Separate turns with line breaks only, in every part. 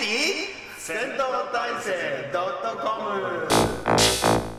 に戦闘体制 .com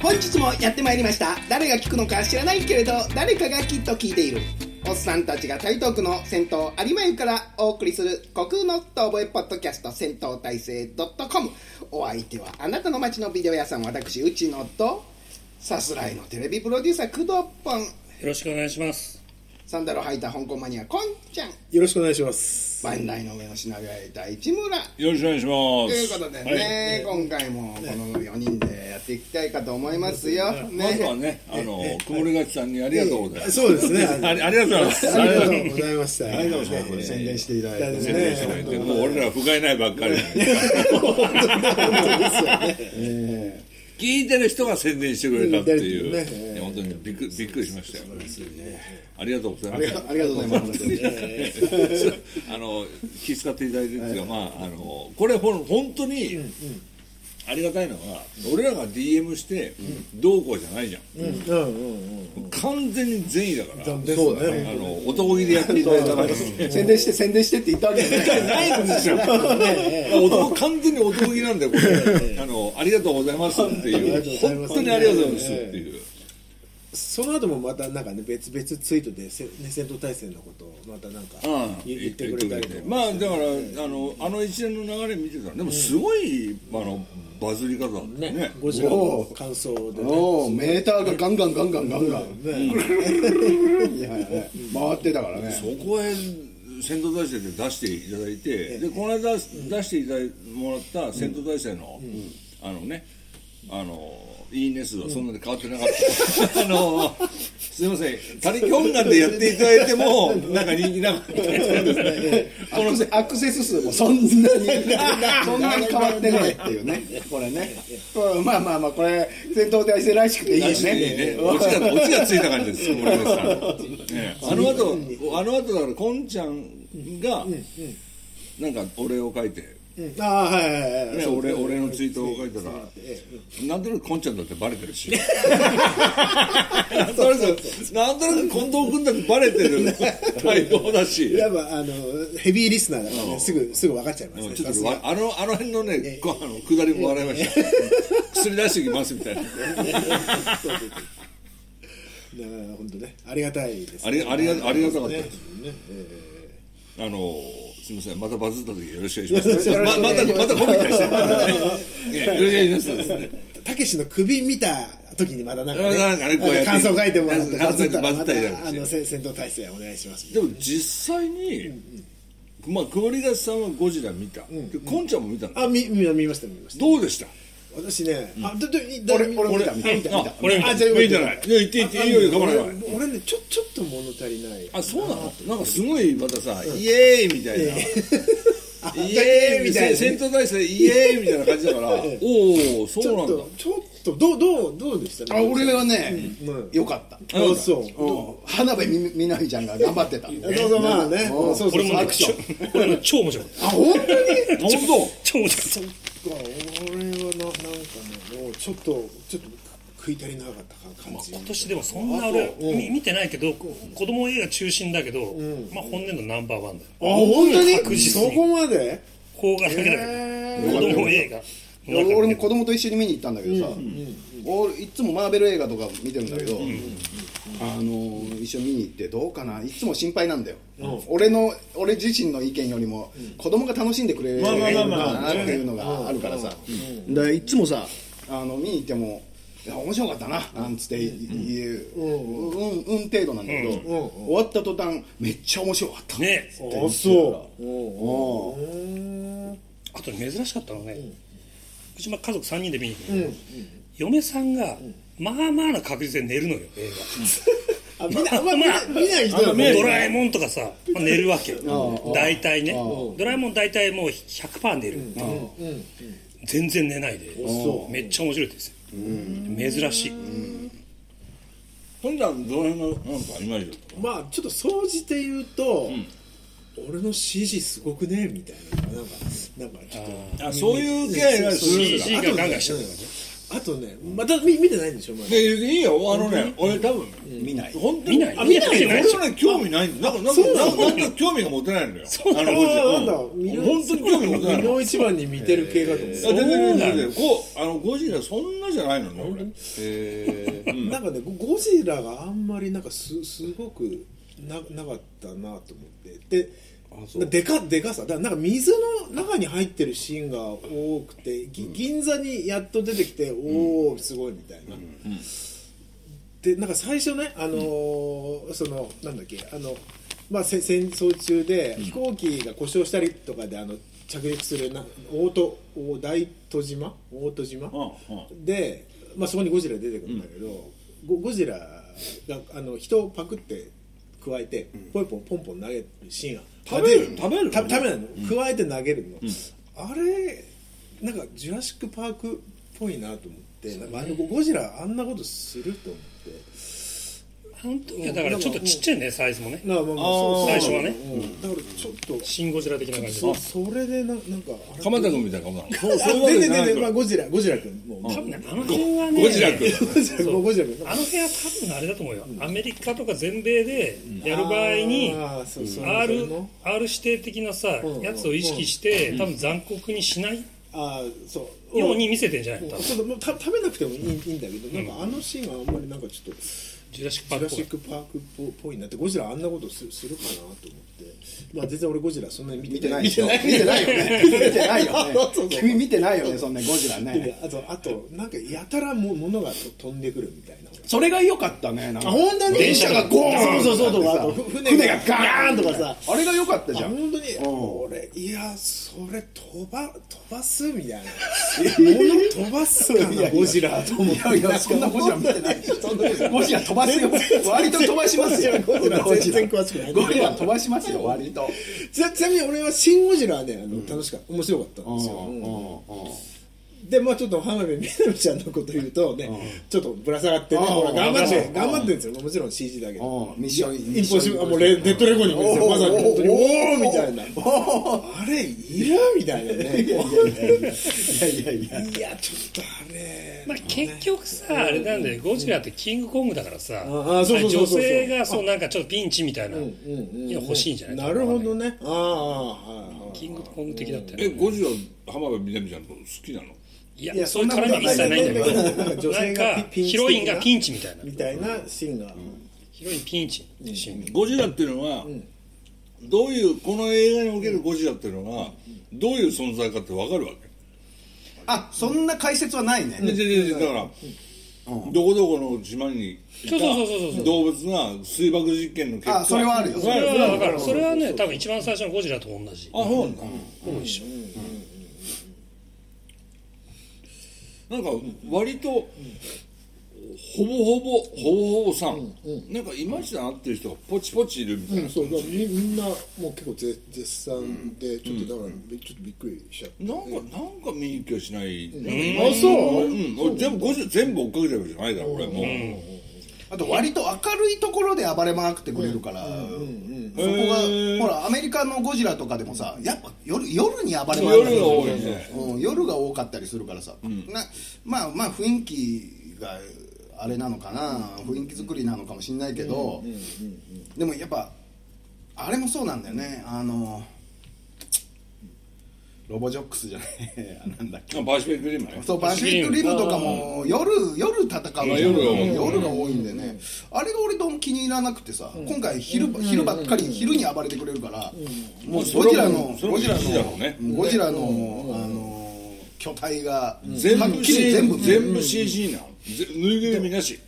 本日もやってまいりました誰が聞くのか知らないけれど誰かがきっと聞いているおっさんたちが台東区の銭湯有馬湯からお送りする虚空の遠吠えポッドキャスト戦闘体制 .com お相手はあなたの街のビデオ屋さん私内野とさすらいのテレビプロデューサー工藤ポン
よろしくお願いします。
サンダルを履いた香港マニアこんちゃん
よろしくお願いします。
万代の上の品川へ大地村
よろしくお願いし
と
ます。
いうことでね、今回もこの4人でやっていきたいかと思いますよ、
まずはね、あの、くもりがちさんにありがとうございます。
そうで すね。
あ
あ
りありがとうございます。
りがとうございました。ありがとうご
ね宣伝していただいて
ざい
宣
ま
伝
し。
したて
ね、
くれてもう俺ら不甲斐ないばっかり。聞いてる人が宣伝してくれたっていう、
ね
いや本当にびっくびっくりしましたよ。ありがとうございま
ありがとうございます。
す。 あの気遣っていただいてるんですが、まああのこれほん本当にありがたいのは、俺らが DM してどうこうじゃないじゃん。
うんうん
完全に善意だから。
うん。そうだね。
あの男気でやっていただいたから
宣伝して宣伝してって言ったわけじゃない。
ないんですよ。男完全に男気なんだよ。これあのありがとうございますっていう。本当にありがとうございますっていう。
その後もまたなんかね別々ツイートでせ、ね、戦闘体制のことをまたなんか言言ってくれたりとか。
まあだからあのあの一連の流れ見てたらでもすごいあのバズり方だったね
ね。、ゴジラの感想でね。
おお、メーターがガンガンガンガンガンガン。はいはいはい回ってたからね。
そこへ先頭大制で出していただいて、でこの間出していただいもらった先頭大制の、あのねあのいいね数はそんなに変わってなか った、あのすいません他力本願でやっていただいて もなんか人気なかった
このアクセス数もそんなに、そんなに変わってないっていうね。これね。うんまあまあまあ、これ、戦闘体制らしくていいよ ね。
オチがオチがついた感じです森口さん、ええあの後あの後だからこんちゃんが、なんかお礼を書いて、
うんああはいはいはい。
ね、
そう
俺俺のツイートを書いたら、なんとなくこんちゃんだってバレてる し、なんとなく、なんとなく近藤君だってバレて る対応だし、
やっぱあのヘビーリスナーだからねすぐすぐ分かっちゃいます
う
ね。
んちょっ
さす
と
が
わあのあの辺のね、こあの下りも笑いました、薬出してきますみたいな、
だから本当ねありがたいです
あ
ね。
りありがありがたかったです。あのすみません、またバズった時よろしくお願いします。ままたまたコメントして、またね ねよろしくお願いしますですね。
たけしの首見た時にまだなんか,、ね、
なんかねこうやって
感想書いてもらって
感想
バ
書
ズ
い
ってた
バ
ら
ズ
ま
った
た
りなんかして
あのせ戦闘体制お願いします
でも実際に、まあクオリダスさんはゴジラ見た、でコンちゃんも見たの、
あみみ見ました見ました
どうでした
私ね、あだだだ俺
俺見た
あ
見
見た見た
あ俺見た
あじゃあ
見たじゃないいや言って言っていいよいいよ構わない
俺俺ねちょちょっと物足りない
あそうなのなんかすごいまたさ、イエーイみたいな、イエーイみたいな戦闘大戦イエーイみたいな感じだから、おお
ち
そう
ょ
な
っ
んだ
とちょっとどうどうどうでした
あ、俺はね
うん、
よかった。
あそう
うん花部みみなみちゃんが頑張ってた。
あそうそうまあね
うん
そうそう
俺も
ア
ね
クシ
ちょ
ョン。
俺 も超面白かった
あ、本当に
本
超面白かっ
俺はななんかねもうちょっとちょっと食い足りなかった感
た
じ
今年でもそんな俺み見てないけどこ子供映画中心だけど、まあ本年度ナンバーワンだよ
あ本当
確
に
実
そ
に
こまで
邦画だけだけど、子供映画の中で
俺も子供と一緒に見に行ったんだけどさ、俺いつもマーベル映画とか見てるんだけど、あのー一緒に見に行ってどうかないつも心配なんだよ、俺の俺自身の意見よりも子供が楽しんでくれるのかなっていうのがあるからさ、だからいつもさあの見に行っても「いや面白かったな」なんつって言う、うんうんうん程度なんだけど、終わった途端めっちゃ面白かった、
ね
あそう
おー
あと珍しかったのね、うちまあ家族3人で見に行くの、嫁さんが、まあまあな確率で寝るのよ映
あ見なあんま見な見ない人
画
だもんね
ドラえもんとかさ、まあ寝るわけよ大体ねドラえもん大体もう100%寝る、全然寝ないでめっちゃ面白いですよ、珍しい、
当じゃんどの辺がなんかいまいちだった
まあちょっと総じて言うと、俺の CG すごくねみたいななんかなんかちょっと
あそういう気配がするんだ
CG がガンガンしちゃった
あとねまた見見てないんでしょまだ
でいいよあのね俺多分
見ない
本当
見
に
ない
あ
見ない
俺はね興味ないんだなんかなんか
そうなの
なんか興味が持てないのよ
そうな
あ
の
のゴジラ
なんだ
うん
見る
本当に興味持てない
日
の
の一番に見てる系かと思
いや
う
全然全
そうな
然
んだ
全然こうあのゴジラそんなじゃないのね俺
なんかねゴゴジラがあんまりなんかすすごくななかったなと思ってででかでかさだからなんか水の中に入ってるシーンが多くて、ぎ銀座にやっと出てきておおすごいみたいな、でなんか最初ねあのーそのなんだっけあのまあせ戦争中で飛行機が故障したりとかであの着陸するな大戸大大戸島大戸島、
うんうん
で、まあ、そこにゴジラ出てくるんだけど、ゴゴジラがあの人をパクって加えてポイポンポンポン投げるシーンが
食べる
あ出
食べる
た食べないの、加えて投げるの、あれなんかジュラシック・パークっぽいなと思ってなんかあのゴジラあんなことすると思って。
本当いやだからちょっとちっちゃいねサイズもね
なあまあまあ
あー
最初はね
うんだからちょっと、
シン・ゴジラ的な感じ
そ
で
それでななんかあれ
鎌田君みたいな顔なの そう
あ
そういうわけ
出
じ
て
ゃない
出
の
てまあゴジラゴジラ君もう
多 分ねあの辺はね
ゴジラ君
ゴジラ君ゴジラ君
あの辺は多分あれだと思うよアメリカとか全米でやる場合に
あーそうそう
R,
そういうの
R 指定的なさ
うん
やつを意識して多分残酷にしない
あーそう
ように見せてんじゃない
うん
の多分
そうだもうた食べなくてもいいいいんだけど、なんかあのシーンはあんまりなんかちょっと
ジュラシック・
ジュラ
パークっぽ
シ
い
ック・パークっぽっぽいなってゴジラあんなことすするかなと思ってまあ全然俺ゴジラそんなに見
見て
てな
ないいでしょ見てないよね見てないよ ね君見てないよねそんなゴジラ
で
ね
あとあとなんかやたらも物が飛んでくるみたいな
それが良かったねなんか
あ本当に
電車がゴーン
そうそうそうとかあと
ってさ
船
船が
が
ガーンとか
ガーン
さ
と
あれが良かったじゃ
あ
ん
本当に
うん
俺いやそれ飛ば飛ばすみ たいな物飛ばすかなゴジラと思っ
い
て
やいやそんなゴジラ見てない でしょゴジラ飛ばすよ割と飛ばしますよ
ゴジラ
ゴジ
全然詳しくない
ラゴジラ飛ばしますよ割と
ちなちなみに俺は「シン・ゴジラ」はねあの、楽しかった面白かったんですよ、でまあちょっと浜辺美波ちゃんのこと言うとね、ちょっとぶら下がって
う
ね、
ん
ほら頑張っ
う
て
ん
頑張ってるんですよもちろん CG だけど、
ミッション
インポッシブルあもうレデッドレコーニングですよまさに本当にお
おー
おみたいなあれいるみたいな
い
ね
やいやいや
いやちょっとあれ
まあ、結局さ、あれなんだよ、ゴジラってキングコングだからさ、
ああそうそうそうそう
女性がそうなんかちょっとピンチみたいな、欲しいんじゃない
なるほどねああはいはい
キングコング的だったよね
えゴジラ浜辺美波ちゃんのこと好きなの
いや
いや
そういう絡みは一切ないんだけど、
そんなことはない女性が
なんか
ピンチ的な
ヒロインがピンチみたいな、
みたいなシーンが、
ヒロインピンチっていうシーン
ゴジラっていうのは、どういうこの映画におけるゴジラっていうのが、どういう存在かってわかるわけ、
あそんな解説はないね
ででででだから、どこどこの島にいた
そうそうそうそうそう
動物が水爆実験の結果
あそれはあるよ
それはわかる、
あ
それはね、多分一番最初のゴジラと同じ、
そうなんだ、
一緒
なんか割と、ほぼほぼほぼほぼさん、なんかいまいちだなっていう人がポチポチいるみたいな、
そうだからみみんなもう結構絶絶賛でちょっとだから、ちょっとびっくりしちゃった、
なんかなんか見に行きはしない、
あそう
うん、俺全部ゴジラ全部追っかけてるわけじゃないだろ俺もう、
あと割と明るいところで暴れまくってくれるから、そこが、ほらアメリカのゴジラとかでもさやっぱ夜夜に暴れまくって
夜が多いね
うん夜が多かったりするからさ、なまあまあ雰囲気があれなのかな雰囲気作りなのかもしれないけど、でもやっぱあれもそうなんだよねあのロボジョックスじゃない なんだっけ
あパシフィックリムね
そうパシフィックリムとかも夜夜戦うじゃん
夜が多い
夜が多いんでねあれが俺どうも気に入らなくてさ今回昼ば昼ばっかり昼に暴れてくれるからもう
それは
ゴジラの
それは
ゴジラ
必死だろうね
のゴジラのあの巨体が
全
はっ
部
きり
C-
全部
全部 CG なのぜぬいぐるみなし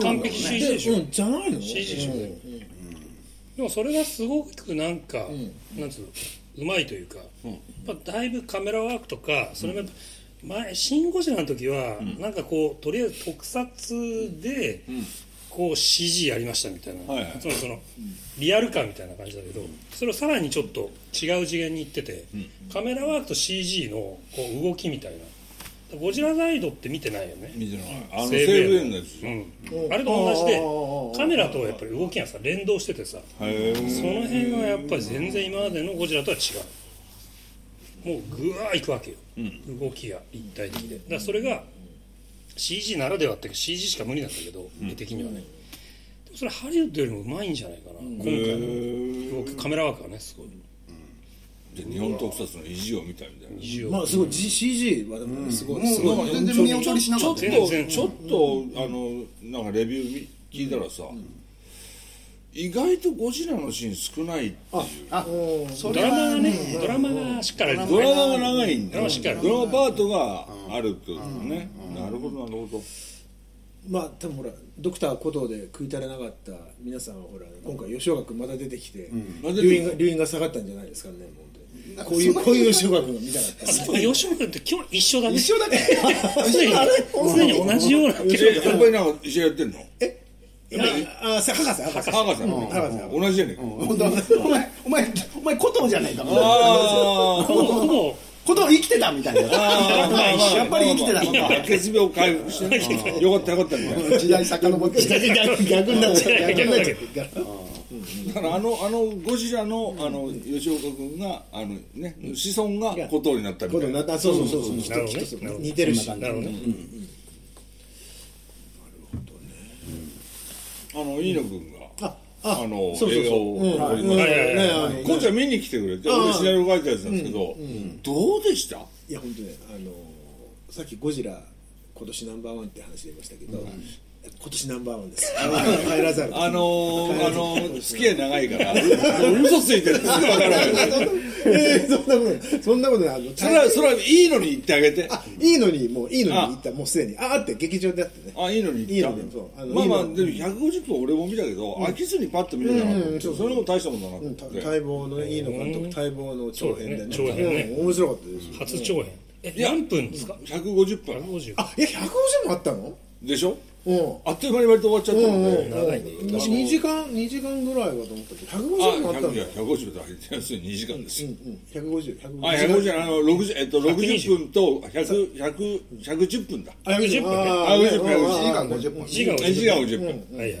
完璧 CG でしょ、
うんじゃないの
CG でしょ、でもそれがすごくなんか、なんつうのうまいというか、やっぱだいぶカメラワークとかそれもやっぱ前「シン・ゴジラ」の時は、なんかこうとりあえず特撮で、こう CG やりましたみたいな、
はいはい
つまりそのリアル感みたいな感じだけどそれをさらにちょっと違う次元に行ってて、カメラワークと CG のこう動きみたいなゴジラガイドって見てないよね
見てないあの西
西武園
武園のやつ
うん、あれと同じでカメラとやっぱり動きがさ連動しててさその辺はやっぱり全然今までのゴジラとは違うもうぐわーいくわけよ、動きが一体的でだからそれが CG ならではっていうか CG しか無理なんだけど絵的にはね、でもそれハリウッドよりもうまいんじゃないかな、今回の動きカメラワークはねすごい
じゃあ日本特撮の意地を見たみたいな
異常
まあすごい、G、CG はでもねすごい、す
もうな
ご
ん
い
か全然見劣りしな
ち
か
ょ
っ
ったと
よ
全然
ちょっとあのなんかレビューみ聞いたらさ、意外とゴジラのシーン少ないっていう
そ
ド
れは
ラマがねドラマがしっかりある
ドラマが長いんだ
ドラマしっかりある
ドラマパートがあるってことだね、なるほどなるほど
まあ多分ほらドクター古道で食い足れなかった皆さんはほら今回吉岡君また出てきて
また
留
出て
飲
き
が
た
留飲が下がったんじゃないですかねもう本当にこういうこういう吉岡君が見たかった
そう吉岡君って今日一緒だね
一緒だ から
常に常に同じような
えやっぱりなんか一緒やってんの
ああさ博士博士
博士なの
博士な
同じじゃねえか、
本当お前お前お前古藤じゃないかも
あ
ほぼほぼ
古藤生きてたみたいなやっぱり生きてたの
あ血病回復してねよかったよかったみたいな
か時代遡って
逆逆になっちゃう
逆になっちゃう
だからあのあのゴジラのあの吉岡君があのね子孫が孤島になったみた
古
い
藤
な
なったそうそうそうそう
なるほどね
きっと
なるほど
似てるし
なるほどね
あの飯野君が
あ
あ
あ
の
そうそう
映
そ
画
う
を
うん
撮り
うん
ました
はいはいはい
ねあの
こうちゃん見に来てくれて俺シナリオ書いたやつなんですけどどうでした
いや本当ねあのーさっきゴジラ今年ナンバーワンって話出ましたけど、今年ナンバーワンです。帰らざる。
あのー、あのー、付き合い長い から、嘘ついてる。すぐわかるわよ
えーそんなことそんなことないあの
それは、それはいいのに言ってあげて。
あいいのにもういいのに行ったもうすでにああって劇場であってね
あ、いいのに言っ
いいのにそう
た。
あの
まあまあ、
いい
で
の
も150分俺も見たけど、飽きずにパッと見れたなかった。それも大したもんだなと
う
思
ん
って
た。待望のいいの監督待望の長編でね
そうだね長編ね
うん面白かったです
初長編え何分ですか
150分
150
あいや150もあったの
でしょ
うん
あっという間に割と終わっちゃった
うん
の
うん
で。
長いね
私2時間2時間ぐらいかと思ったけど
あ、
150もあったん
100い
だ
や
よ
150分って要するに2時間です
う
よ。
んうん150 150
あ、150、あの、60、えっと、60分と100、100、110分だ。
あ110分
あ110分
1時間50分
時間
1時間50分。
はいはいはい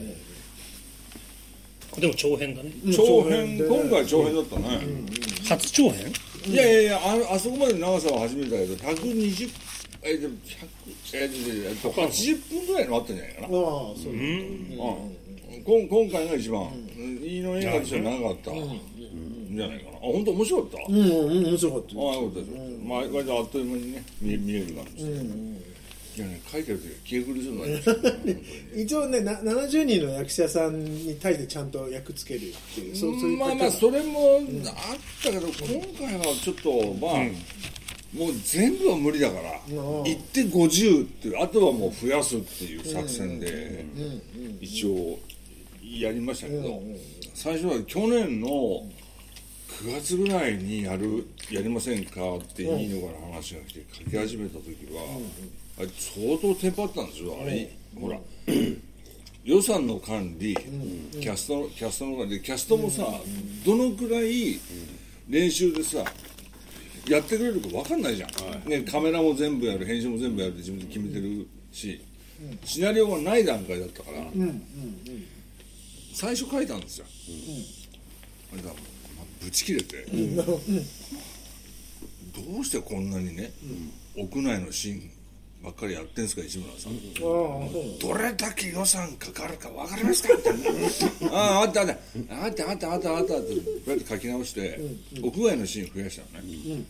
でも長編だね
長編、今回は長編だったね。
初長編
いやいやいやああそこまでの長さは初めてだけど120えでも100えでで80分ぐらいのあったんじゃないかな、
ああそう
うんこん今回が一番、いいの映画としては長かった、ん、じゃないかなあ本当面白かった、あ
うんうん面白かったよ
あよかったです、まあ、割とあっという間にね見見れる感じで、いやね書いてる時は消え苦しそうになりましたね
一応ねな70人の役者さんに対してちゃんと役つけるっていうそうそういう
まあまあそれもあったけど、今回はちょっとまあ、もう全部は無理だから、行って50っていうあとはもう増やすっていう作戦で一応やりましたけど、最初は去年の9月ぐらいにやるやりませんかっていいのかの話が来て書き始めた時は、あれ相当テンパったんですよあれ、ほら。予算の管理、キャストのキャストの管理キャストもさ、どのくらい練習でさやってくれるか分かんないじゃん、ね、カメラも全部やる編集も全部やるって自分で決めてるし、シナリオがない段階だったから、最初書いたんですよ、あれだ、まあぶち切れて、どうしてこんなにね、屋内のシーンばっかりやってんすか市村さん、どれだけ予算かかるか分かりますかみた いなあああったあったあったあったあったあったってこうやって書き直して、屋外のシーン増やしたのね、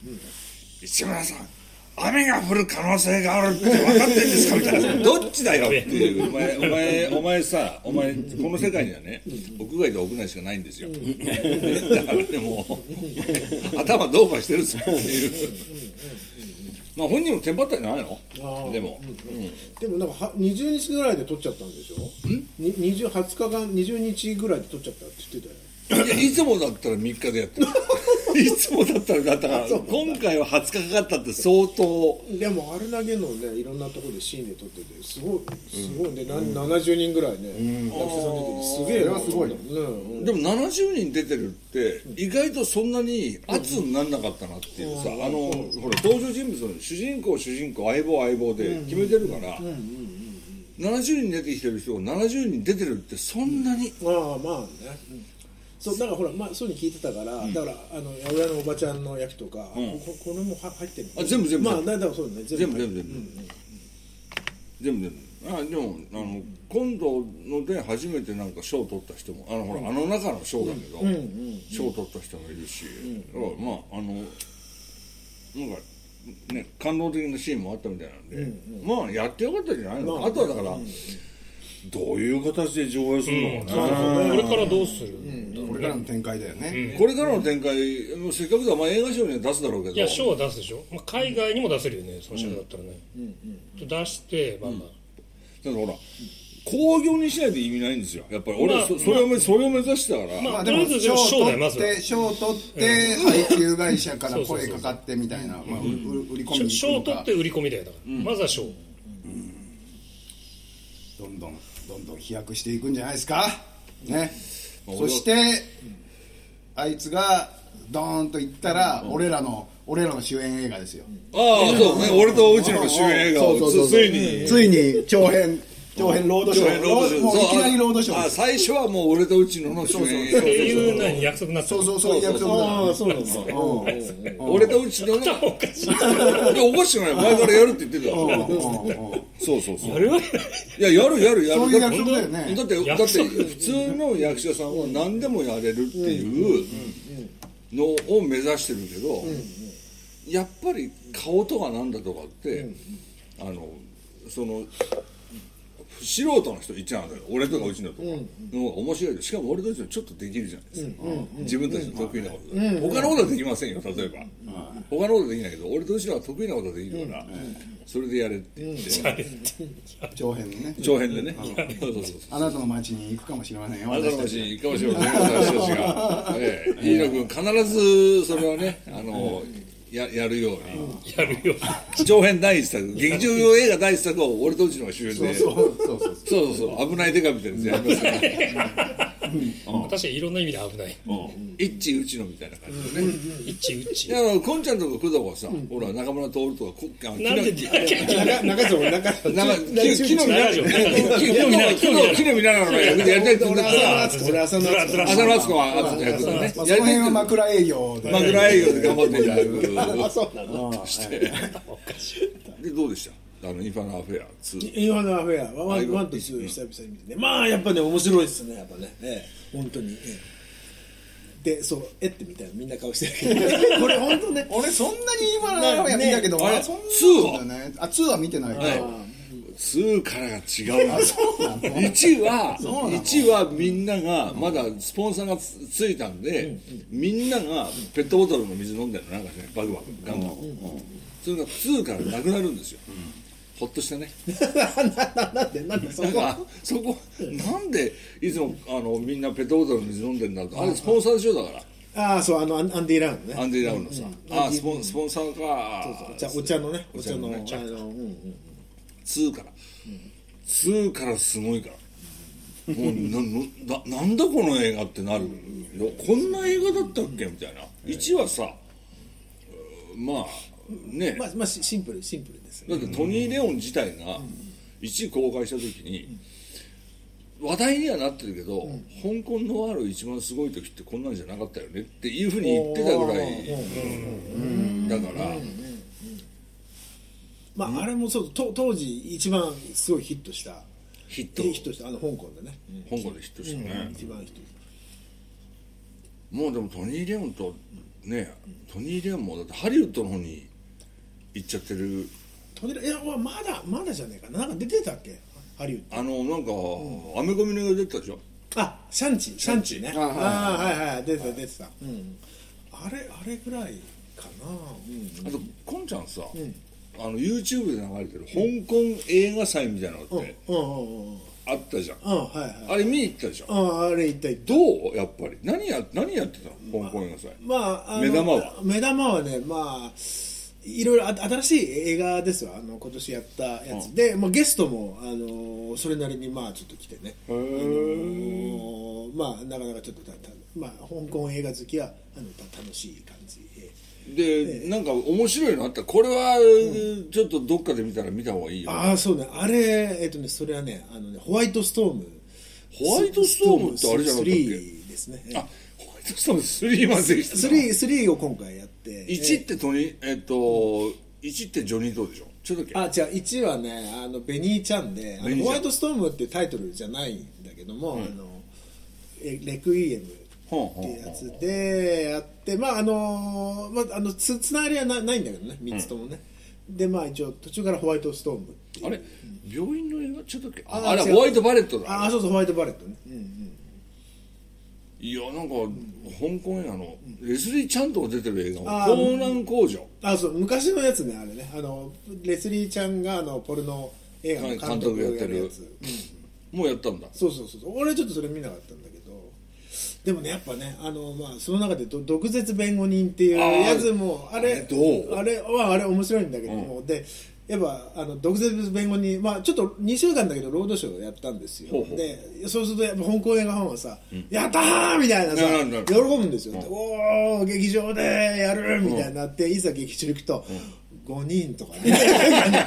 市村さん雨が降る可能性があるって分かってんですかみたいな どっちだよっていうお前お前お前さお前この世界にはね屋外と屋内しかないんですよだからでも頭どうかしてるぞっていうまあ本人もテンパったんじゃないのでも、
でもなんかは20日ぐらいで撮っちゃったんでしょに 20, 20日間20日ぐらいで撮っちゃったって言ってたよ
いやいつもだったら3日でや ってるいつもだったらだったから今回は20日かかったって相当
でもあれだけのねいろんなところでシーンで撮っててすごいすごいね、な70人ぐらいね、役者さん出ててすげ
そ
えな
れはすごい
ね、うん
でも70人出てるって意外とそんなに圧にならなかったなっていうさあのほら登場人物の主人公主人公相棒相棒で決めてるから70人出てきてる人が70人出てるってそんなに
まあまあねそうだからほら、まあ、そういうの聞いてたから、だからあの八百屋のおばちゃんの焼きとか、ここれもは入ってるの
あ全部全部
まあだだからそうだね
全部
入
全部
ってる
全部全部全部あでもあの今度ので初めてなんか賞を取った人もあのほら、あの中の賞だけど賞、を取った人もいるし、だからまああのなんかね感動的なシーンもあったみたいなんで、まあやってよかったんじゃないの、あとはだから、どういう形で上映するのかね、
これからどうする
これからの展開だよね、
これからの展開もうせっかくだ、まあ、映画賞には出すだろうけど
いや賞は出すでしょ、まあ、海外にも出せるよねその社会だったらね、出してバン
だ
バン、
からほら興行にしないと意味ないんですよやっぱり俺はそ,、
まあ
れを目それを目指してたから、
まあ
まあ
と
で
り
も
あえず
賞
賞だよ
取
ま
っ
ずは
て賞取って配給会社から
そうそうそう
声かかってみたいなまあ売売り込み
賞
に行く
賞
の
取
か
って売り込みだよだから、まずは賞
どんどんどんどん飛躍していくんじゃないですかね
うん
そしてあいつがドーンと行ったら俺らの俺らの主演映画ですよ
ああそうね俺とうちの主演映画
そ
を
うそうそう
つついに
ついに長編長編ロードショー
ロードショー
もう
そう
いきなりロードショ
あ
ー
最初はもう俺とうちのの主演映画
っていうのに約束になって
そう
る
そうそういう約束だ
ああそうなんだ
うん
俺とうちののいや
おかしい
おかしくない前からやるって言ってた
うん
から
うんうん
そうそうそう
あれはい
ややるやるやる
そういう約束だよね
だってだ
約
っ
束
て普通の役者さんは何でもやれるっていうのを目指してるけどやっぱり顔とかなんだとかってあのその素人の人いっちゃうんだよ俺とかうちのとかの方が面白いけどしかも俺とうちのちょっとできるじゃないですか自分たちの得意なことで他のことはできませんよ例えば他のことはできないけど俺とうちのは得意なことはできるからそれでやれって言って
長編ね
長編でねそうそうそう
あなたの街に行くかもしれませんよ
あなたの
私たち
話いいかもしれません私たちが、ええ、飯野君必ずそれはねあの、ややるように
やるよ
長編第一作劇場用映画第一作を俺とうちのが主演でそう
そうそうそう
そうそう危ないデカみたいなやつやりますから、ね、
私はいろんな意味で危ない
一致うちのみたいな感じでね
一うち
いやあのこんちゃんとか工藤はさ、ほら中村徹とかこあの
なんで
木
中中条中条
の中木木の
ラジオ
木の木の木の見ながらの役でやりたいって言うんだから
俺浅野
ずらずら
浅野敦子はあの役でね
まあそ
やりたい
の辺
って
は枕営業で
枕営業で頑張っていただく
そうなの
でどうでしたあのインファナアフェア2
インファナアフェアワンワンとツー久々に見てねまあやっぱね面白いですねやっぱね、ええ、本当に、ええ、でそうえってみたいなみんな顔してるけ どこれ本当ね
俺そんなに今のラーメン見たけど、
ねあれ
あそんな
2は
そうだねあ2は見てないから、
2からが違うな1は1はみんながまだスポンサーがつついたんでみんながペットボトルの水飲んでるのなんかねバグバグガンガンそれが2からなくなるんですよほっとしたね
なんでなんでそ
なん
こ
かそこなんでいつもあのみんなペットボトルの水飲んでるんだろうとあれスポンサーでしょだから
ああそうあのアンアンディ・ラウンね
アンディ・ラウンのさ、ああスポンスポンサーか
お茶お茶のねお茶の
お
あ
茶の
のうん
2から、2からすごいからもうななななんだこの映画ってなる、こんな映画だったっけみたいな、1はさまあね、
まあまあシシンプルシンプルです
だ
ね
ってトニー・レオン自体が1公開した時に話題にはなってるけど、香港のワール一番すごい時ってこんなんじゃなかったよねっていうふうに言ってたぐらい、だから、
まああれもそうと当時一番すごいヒットした
ヒッ
ヒ
ト
ットしたあの香港でね
香港でヒットしたね、
一番ヒットした
もうでもトニー・レオンとねトニー・レオンもだってハリウッドの方に行っちゃってる
とりあえずいやまだまだじゃねえかななんか出てたっけハリウッ
あのなんか、アメコミの映画出てたでしょ
ドあシャンチーシャンチーね
あはい
ああはいはい出てた出てたうんあれあれぐらいかなうん
あとこんちゃんさ、あの YouTube で流れてる香港映画祭みたいなのって
うんうんうんうん
あったじゃん、
うんはいはい
あれ見に行ったでしょ、
ああれ一体
どうやっぱり何や何やってたの香港映画祭、
まあ、あの
目玉は
目玉はねまあいろいろあ新しい映画ですわあの今年やったやつ、で、まあ、ゲストもあのそれなりにまあちょっと来てねあのまあなかなかちょっとたた、まあ、香港映画好きはあのた楽しい感じえ
で、なんか面白いのあったこれは、ちょっとどっかで見たら見た方がいいよ
ああそうねあれえっとねそれはねあのねホワイトストーム
ホワイトストームってあれじゃなかったっけ
ススリーですね
あとしたら3まで
スリースリーを今回やって
1ってトニえっと1ってジョニー・ドーでしょちょっとだけ
あ違う1はねあのベニーちゃんであ
ベニーちゃん
のホワイトストームっていうタイトルじゃないんだけども、あのえレクイエムっ
ほんほん
て
ほん
いうやつでやってまああのまああのつつながりはなないんだけどね3つともね、でまあ一応途中からホワイトストームっていう
あれ病院の映画ちょっとだけ
あ
ああれ
違う
ホワイト・バレットだ
ああそうそうホワイトバレットね、うん
いやなんか香港映画のレスリー・チャンとが出てる映画
あ
「
ー
江南工場
あそう昔のやつねあれねあのレスリーちゃんがあのポルノ映画の監督をやるやつ、うん」
もうやったんだ
そうそうそうそう俺ちょっとそれ見なかったんだけどでもねやっぱねあの、まあ、その中でど毒舌弁護人っていうやつもあれ
あれどう
あれはあれ面白いんだけども、でやっぱあの毒舌弁護人、まあ、ちょっと2週間だけどロードショーをやったんですよ
ほうほう
でそうするとやっぱ香港映画ファンはさ「やったー!」みたいなさ
なるなる
喜ぶんですよ、
うん
でおお劇場でやるみたいになって、いざ劇場行くと、5人とかね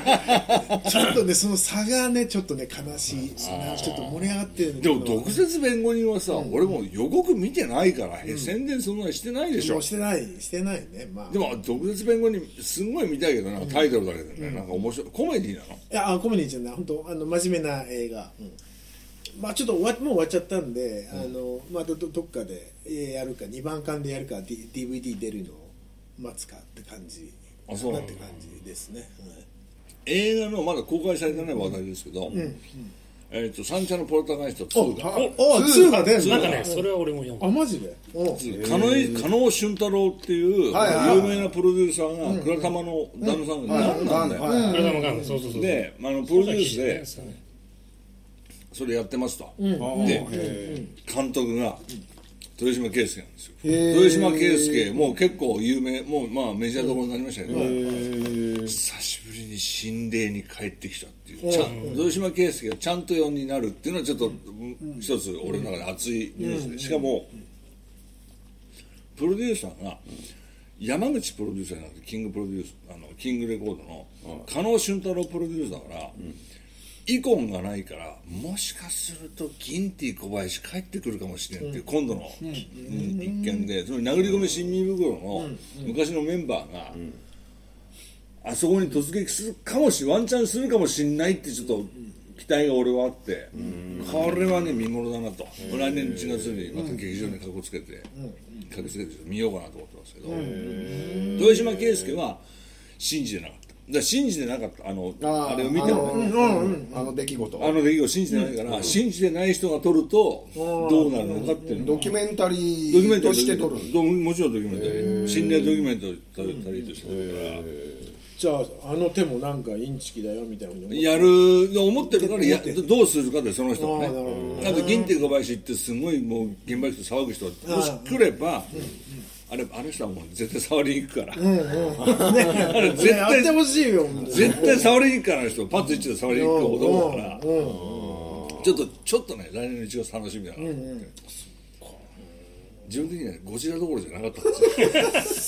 ちょっとねその差がねちょっとね悲しいしなちょっと盛り上がってるの
でも毒舌弁護人はさ俺も予告見てないからえ宣伝そんなにしてないでし
も
ょ
うしてないしてないねまあ
でも毒舌弁護人すごい見たいけどなんかタイトルだけでねなんか面白いコメディなの
いやあコメディじゃない本当あの真面目な映画、まあちょっと終わもう終わっちゃったんで、あのまたどどっかでえーやるか2番館でやるか、D、DVD 出るのを待つかって感じ
あそうな
なんっ
だ
て感じですね、はい
映画のまだ公開されてない話題ですけどえっと三茶のポルターガイスト2が
おお2が出るの
なんかねそれは俺も読
あ
む
マジでお
加納井加納俊太郎っていう
はいはいはい
有名なプロデューサーが倉玉の旦那さんが何なんだよ
はい
体もかんそうそうそう
で、まあ、あのプロデュース
そうだ
で
記事ね
それやってますと、
あ
で監督が豊島圭介なんですよ豊島圭介もう結構有名もうまあメジャーどころになりましたけど、久しぶりに心霊に帰ってきたっていう、ちゃん豊島圭介がちゃんと4になるっていうのはちょっと、一つ俺の中で熱いニュースで、しかも、プロデューサーが山口プロデューサーになってキングプロデュースあのキングレコードの加納俊太郎プロデューサーから、イコンがないからもしかすると銀ティ小林帰ってくるかもしれんっていう今度の、うん一件でその殴り込み新見袋の昔のメンバーが。あそこに突撃するかもしワンチャンするかもしんないってちょっと期待が俺はあってこれはね見ものだなと来年1月にまた劇場にかこつけてかこつけてちょっと見ようかなと思ってますけど豊島圭介は信じてなかっただから信じてなかったあのあれを見てもね
あのあの出来事
あの出来事を信じてないから信じてない人が撮るとどうなるのかっていうの
ド
は
キュメンタリ
ドキュメン
ー
タ
と
リー
して撮る
どもちろんドキュメンタリー心霊ドキュメンタリーとして撮るから
じゃああの手もなんかインチキだよみたいなこと思う
やる思ってるからやどうするかでその人が
あーなるほ
ねあと銀手小林ってすごいもう現場の人騒ぐ人がもし来ればあれあの人はもう絶対触りに行くからあれ絶
ねやって
対
ほしいよみたいな
絶対触りに行くからあの人パッと一度触りに行く男だから
うん
ちょっとちょっとね来年の1月楽しみだなと思って自分的にはゴジラどころじゃなかったん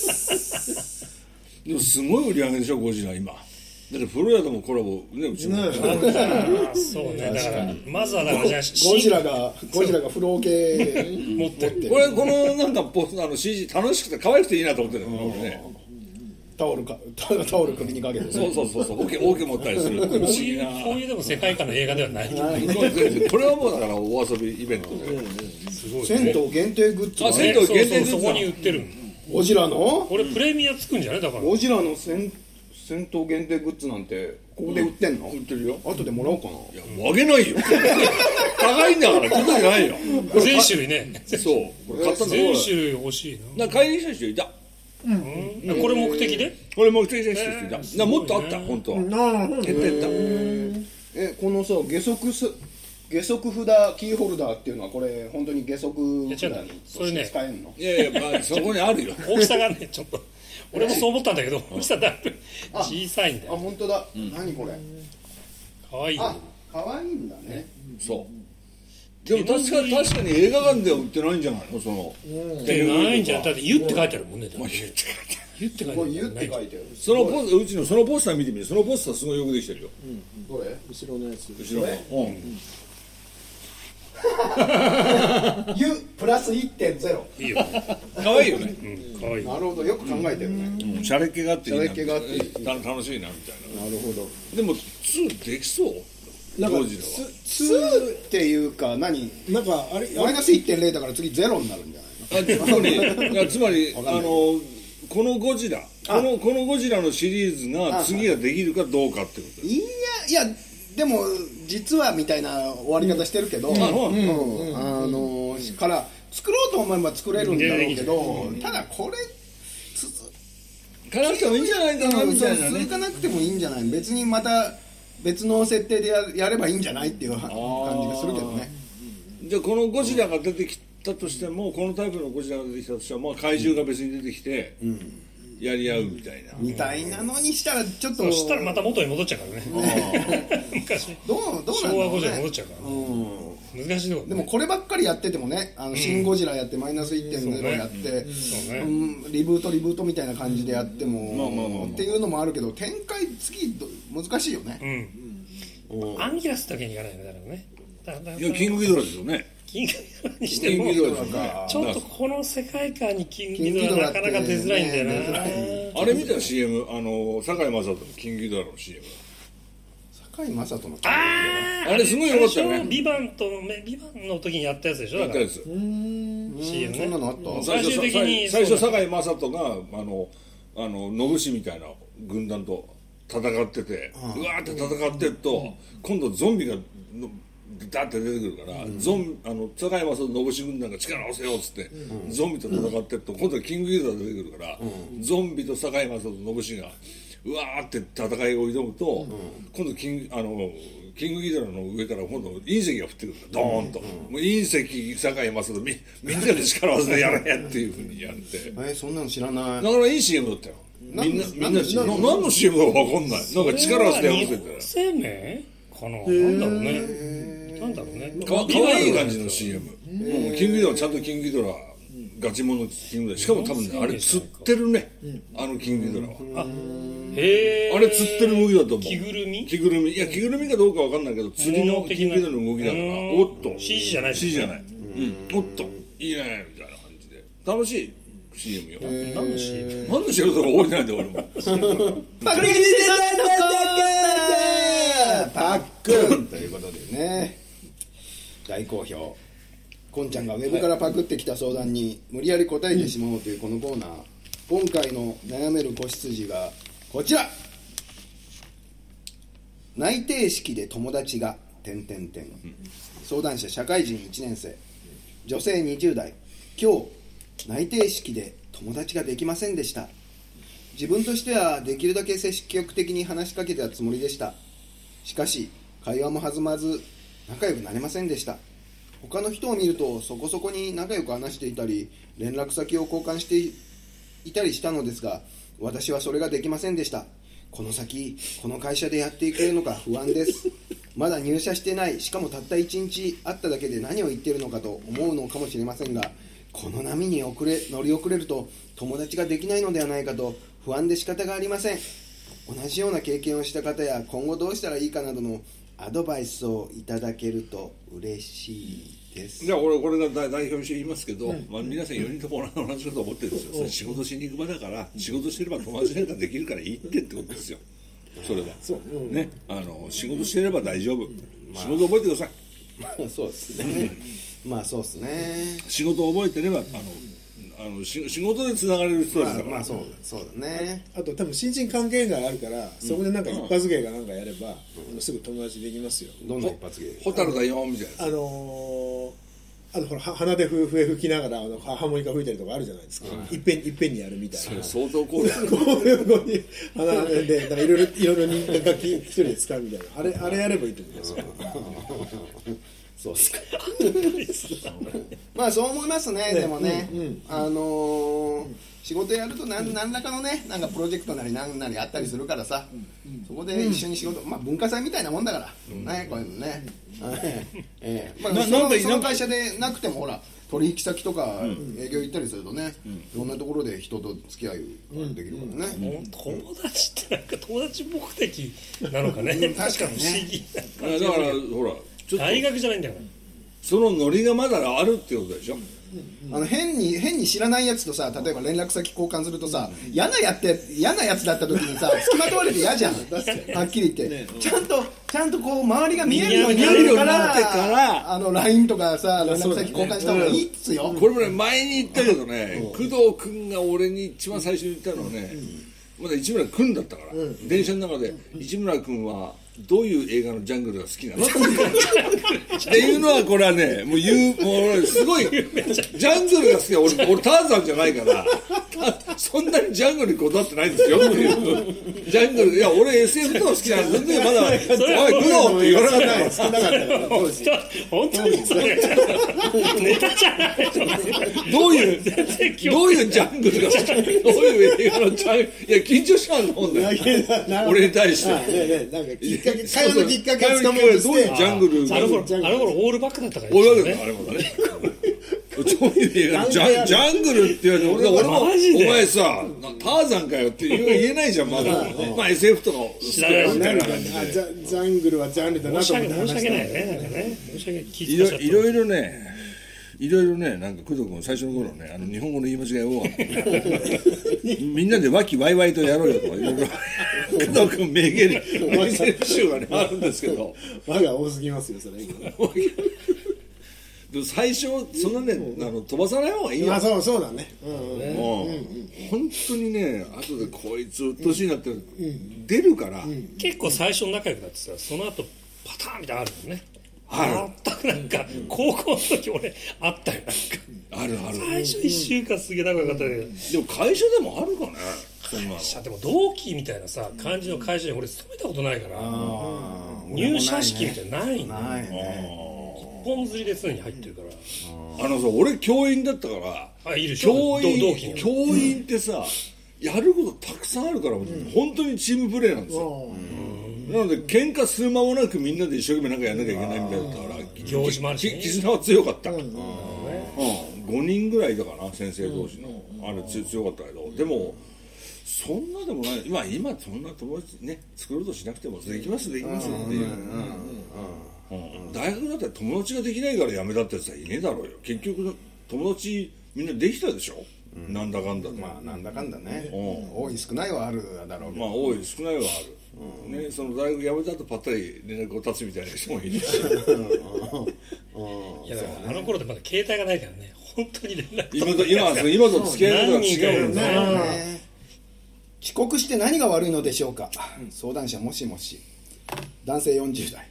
ですよでもすごい売り上げでしょゴジラ今だって古谷ともコラボねうちも
あそうねだからまずはだからじゃあ
ゴジ
新
ラがゴジラが不老系
持ってる
これこのなんかポスあの CG 楽しくて可愛くていいなと思ってるの俺ね
タオルか タタオル首にかけて
そうそうそうそうオケオケ持ったりする不思
こう
議
い
な
うこういうでも世界観の映画ではない
これはもうだからお遊びイベントで
銭湯限定グッズ
あ
が
銭湯
そうそう
限定です
そ
よ
こに売ってるの
ゴジラの
これプレミアつくんじゃないだから
ゴジラの銭銭湯限定グッズなんてここで売ってんの
売ってるよ
後でもらおうかない
やもうあげないよ高いんだから聞くじゃないよ
全種類ね
そうこれ買ったんだ
全種類欲しいな
なんか買いに来た人いた
あこれ目的で
これ目的者人いたなもっとあった本当は
あー
減ってった
えこのさ下足す下足札キーホルダーっていうのはこれ本当に下足札
いや違う
に
それね
使えんの
いやいやまあそこにあるよ
大きさが ねちょっと俺もそう思ったんだけど大きさだいぶ小さいんだ
あ
よ
本当だ、何これ
可愛い
あ可愛いんだね
そうでも確か確かに映画館では売ってないんじゃないのその
でないんじゃないだって「湯」って書いてあるもんねだって湯って書いて
こ
あ
れ
る
湯って書
い
いてある
そのポスうちのそのポスター見てみるそのポスターすごいよくできてるよ
どれ
後ろのやつ
後ろのうん
ゆプラス1.0
いいよね、
可愛いよね
うん、かわいい
なるほどよく考えてるね
うんシャレっ気があっていいな
シャレっ気があっていい
た楽しいなみたいな
なるほど
でも2できそう
なんか
当時のは
つ
2っていうか何
つなんかあれあ
マイナス1.0だから次ゼロになるんじゃないの
あつまりいやつまりあ
かんない
のこのゴジラこのこのゴジラのシリーズが次ができるかどうかってこと
いやいやでも実はみたいな終わり方してるけど、うんうんあのから作ろうと思えば作れるんだろうけど、ただこれ
からしてもいいんじゃないかなみたいな
そう
ね
続かなくてもいいんじゃない別にまた別の設定でややればいいんじゃないっていうは感じがするけどね
じゃあこのゴジラが出てきたとしてもこのタイプのゴジラが出てきたとしても、まあ、怪獣が別に出てきて、やり合うみたいな、
みたいなのにしたらちょっと
そしたらまた元に戻っちゃうからね 昔
どうどうなんだ
昭和
ろ
後
う
じゃ戻っ
ね
ちゃうから、ね、難しいとこ
でもこればっかりやっててもね「あのシン・ゴジラ」やってマイナス1.0やって、
そうね
うんリブートリブートみたいな感じでやってもっていうのもあるけど展開次ど難しいよね、
うん、アンギラスだけにいかないよねだからねだだだ
いやキングギドラですよね
キングギドラにしても
キングギドラですよね
ちょっとこの世界観にキングギドラなかなか出づらいんだ
キン
よ
グギドラって
な
あれ見たよ CM あの堺雅人のキングギドラの CM
堺雅人の
あれすごい良かったよ
最初
ね
ビバンとめビバンの時にやったやつでしょ
や
だ
っ
か
たや
ら
つ
CM
そんなのあ
ね
った
最終的に
最初
そう
堺雅人があのあの野武士みたいな軍団と戦ってて、うわーって戦ってると、今度ゾンビがのダーって出てくるから、ゾンあの堺雅人の野武士軍団が力を合わせようっつって、ゾンビと戦ってると今度はキングギドラが出てくるから、ゾンビと堺雅人の野武士がうわーって戦いを挑むと、今度キングあのキングギドラの上から今度隕石が降ってくるからドーンと、もう隕石堺雅人みみんなで力を合わせてやれっていうふうにやって
えそんなの知らない
だからいい CM だったよみんなみんななな何の CM だか分かんないなんか力を合わせてやろうぜって
生命かななんだろうねなんだろうね
かかわいい感じの CM もうキングギドラちゃんとキングギドラガチモノキングギドラしかも多分ねあれ釣ってるねあのキングギドラは
へー
あれ釣ってる動きだと思う
着ぐるみ
着ぐるみいや着ぐるみかどうかわかんないけど釣りの
物的
金
な
メダルの動きだからおっと
指示じゃない
指示じゃない、うん、おっといいねみたいな感じで楽しい CM よ
何の CM
何の CM とか覚えてないんだよ俺も
パクリデザインパックンということでね大好評こんちゃんがウェブからパクってきた相談に無理やり答えてしまおうというこのコーナー今回の悩める子羊がこちら内定式で友達が点点点相談者社会人1年生女性20代今日内定式で友達ができませんでした自分としてはできるだけ積極的に話しかけたつもりでしたしかし会話も弾まず仲良くなれませんでした他の人を見るとそこそこに仲良く話していたり連絡先を交換していたりしたのですが私はそれができませんでしたこの先この会社でやっていけるのか不安ですまだ入社してないしかもたった1日会っただけで何を言ってるのかと思うのかもしれませんがこの波に遅れ乗り遅れると友達ができないのではないかと不安で仕方がありません同じような経験をした方や今後どうしたらいいかなどのアドバイスをいただけると嬉しいです
じゃあ俺これが代代表して言いますけど、まあ、皆さん4人とも同じこと思ってるんですよそれ仕事しに行く場だから仕事してれば友達なんかできるからいいってってことですよそれはねあの仕事してれば大丈夫仕事覚えてください
そうですね。 まあそうですね。
仕事を覚えてればあのあのし仕事でつながれる人で
ますあ
から、
まあそうだそうだね。
あと多分新人関係があるからそこでなんか一発芸がなんかやればあのすぐ友達できますよ
どんな一発芸。
ホタルだよみたいな
あのーあのほらは鼻で笛吹きながらあのハハーモニカ吹いたりとかあるじゃないですか、いっぺんいっぺんにやるみたいな
相当高度
こういうこに鼻でなんかいろいろいろいろに楽器一人で使うみたいなあれあれやればいいと思いますよ
そうですか。まあそう思いますね。でもね、あのー仕事やると何何らかのね、なんかプロジェクトなり何なりあったりするからさ、そこで一緒に仕事、まあ文化祭みたいなもんだから、ねこういうのね。はいええまあ
な
その
なんで
その会社でなくてもほら。取引先とか営業行ったりするとね、いろんなところで人と付き合いができるからね、
友達ってなんか友達目的なのかね確かに不思議
だからほらちょっと
大学じゃないんだから
そのノリがまだあるってことでしょ、
あの変に変に知らないやつとさ例えば連絡先交換するとさ、嫌なやって嫌なやつだった時 にさ付きまとわれて嫌じゃんはっきり言って、ちゃんとちゃんとこう周りが見えるようになるか
見
ら
えるようになってから
あの LINE とかさ連絡先交換した方がいいっつよ、
これもね前に言ったけどね、工藤君が俺に一番最初に言ったのはね、まだ市村君だったから、電車の中で「市村君はどういう映画のジャングルが好きなの?」っていうのはこれはねもう言うもう俺すごいジャングルが好きな俺俺ターザンじゃないからたそんなにジャングルにこだわってないですよっていうジャングルいや俺 SF とか好きなんだけどまだ「おい工藤」って言わなかった から
少なかったよ当時
本当にそれネタじゃないと
どういう、どういうジャングルが好き、どういう映画のジャンル、いや、緊張しちゃうの、ほんだよ俺に対し
あ
て。
ねえねえなんかきっかけ
そ
会
う
話
そう
のきっかけをつかもうと
ど
し
ういうジ
て
ャングル
あ
が、
の頃あの頃オールバックだったから
俺だけ
ね
ど、あれもだね。どういう映画のジャンジャングルって言われて、俺も、お
マジで
前さ、なターザンかよって言う言えないじゃん、まだ。まあ SF とか好きだよみたいな感じ
あ
で。
ジャジャングルはジャンルだな
申
と
し
思って
訳ない
話
申し
した
訳ないねなんかね申し訳ない
い
聞い
ろ
て
いろいろね、いろいろね、なんか工藤君、最初の頃ね、あの日本語の言い間違い多かった、 ね、みんなで和気わいわいとやろうよとか、いろいろ、工藤君、名言、名言集がね、あるんですけど、
輪が多すぎますよそれ
でも最初、そんなね、あの飛ばさない方がいいよ
今、そうそうだねうんうん
もう本当にね、後でこいつ、うっとうしいなって、出るから、
結構最初仲良くなってさその後パターンみたいなのあるもんね
あ
全くなんか高校の時俺あったよなんか
あるある、
最初1週間すげえ仲良かったけど
でも会社でもあるかね、そんなの。
社でも同期みたいなさ感じの会社に俺勤めたことないから入社式みたいなのないんだよ
ないね
一本釣りで常に入ってるから
あのさ俺教員だったから
あいいでしょ
教
同
員
同期
教員ってさ、やることたくさんあるから、本当にチームプレーなんですよ、なので喧嘩する間もなくみんなで一生懸命なんかやんなきゃいけないみたいだったからき
行事もあるしね
き絆は強かった、うん5人ぐらいだかな先生同士の、あれつ強かったけどでもそんなでもない今今そんな友達ね作ろうとしなくてもできますできますっていう、うん大学だったら友達ができないから辞めたってやつはいねえだろうよ結局友達みんなできたでしょ、なんだかんだで
まあなんだかんだね、
う
多い少ないはあるだろうけど、
まあ多い少ないはある、ね、その大学辞めた後ぱったり連絡を断つみたいな人もいる し
いやだからあの頃ってまだ携帯がないからね本当に連絡
今と今は今と付き合い方が
何人かい
違う
る
もん
ん
ね
だよね
ね帰国して何が悪いのでしょうか、相談者もしもし男性40代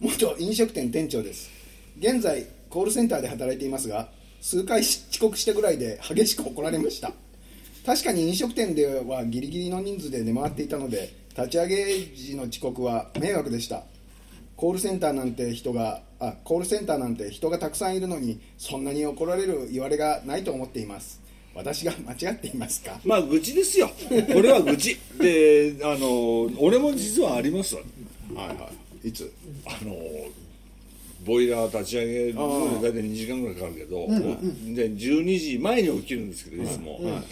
元飲食店店長です現在コールセンターで働いていますが数回し遅刻したぐらいで激しく怒られました確かに飲食店ではギリギリの人数で出回っていたので立ち上げ時の遅刻は迷惑でしたコールセンターなんて人があコールセンターなんて人がたくさんいるのにそんなに怒られる言われがないと思っています私が間違っていますか
まあ愚痴ですよこれは愚痴であの俺も実はあります
はいはいいつ
あのボイラー立ち上げるので大体2時間ぐらいかかるけど、で12時前に起きるんですけどいつも、本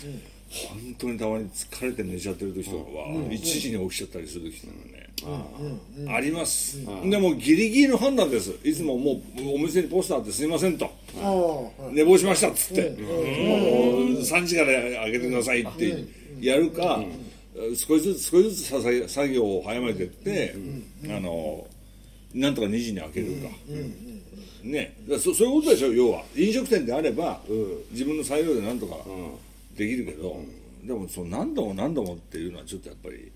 当にたまに疲れて寝ちゃってる時とかは、1時に起きちゃったりする時とかね、あります、でもギリギリの判断ですいつももうお店にポスターあってすいませんと、寝坊しましたっつって、もう3時から上げてくださいってやるか、少しずつ少しずつささ作業を早めてって、あのなんとか2時に開けるか、ねだからそそういうことでしょ要は飲食店であれば、自分の裁量でなんとかできるけど、でもそう何度も何度もっていうのはちょっとやっぱり、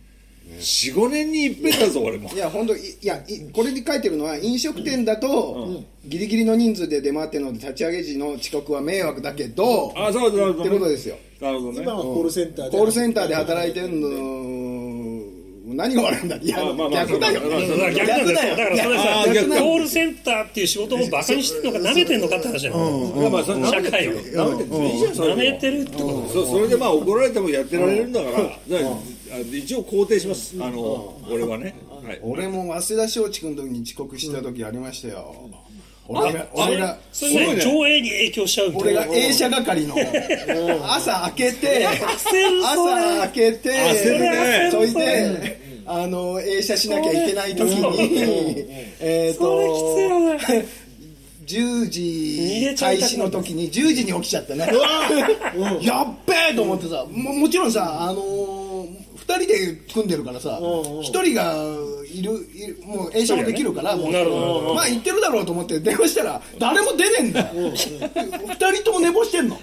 45年に一遍だぞ俺も
いや本当いいやいこれに書いてるのは飲食店だと、ギリギリの人数で出回ってるので立ち上げ時の遅刻は迷惑だけど
あそうそうそう
ってことですよ
なるほどね
今はコールセンターで
コールセンターで働いてるの何が悪いんだいや
あまあまあ
逆だよ
まあまあ
だから逆なんですよだからそれさ
あー逆だ
コールセンターっていう仕事をバカにしてるのか舐めてるのかって話じゃん
まあまあそれ舐め
社会を
舐めてるいいじゃんそれ
舐
も
めてるってこ
そそれでまあ怒られてもやってられるんだからだからあ一応肯定しますあの俺はねはい
俺も早稲田松竹の時に遅刻した時ありましたよ、俺が
と
俺が
それね
すご
上映に影響しちゃうみた
俺
いな
が映写係の朝開けて
るそれ
朝開けて
焦るね
そいであの映写しなきゃいけない時にえー
それきついよね
と10時
げちゃ
開
いたく
始
な
の
った
時に10時に起きちゃってね やっべえと思ってさももちろんさあのー2人で組んでるからさ
うんうん
1人がいるいるもう映写もできるからもう
なるほどなるほど
まあ行ってるだろうと思って電話したら誰も出ねえんだよ2人とも寝坊してんの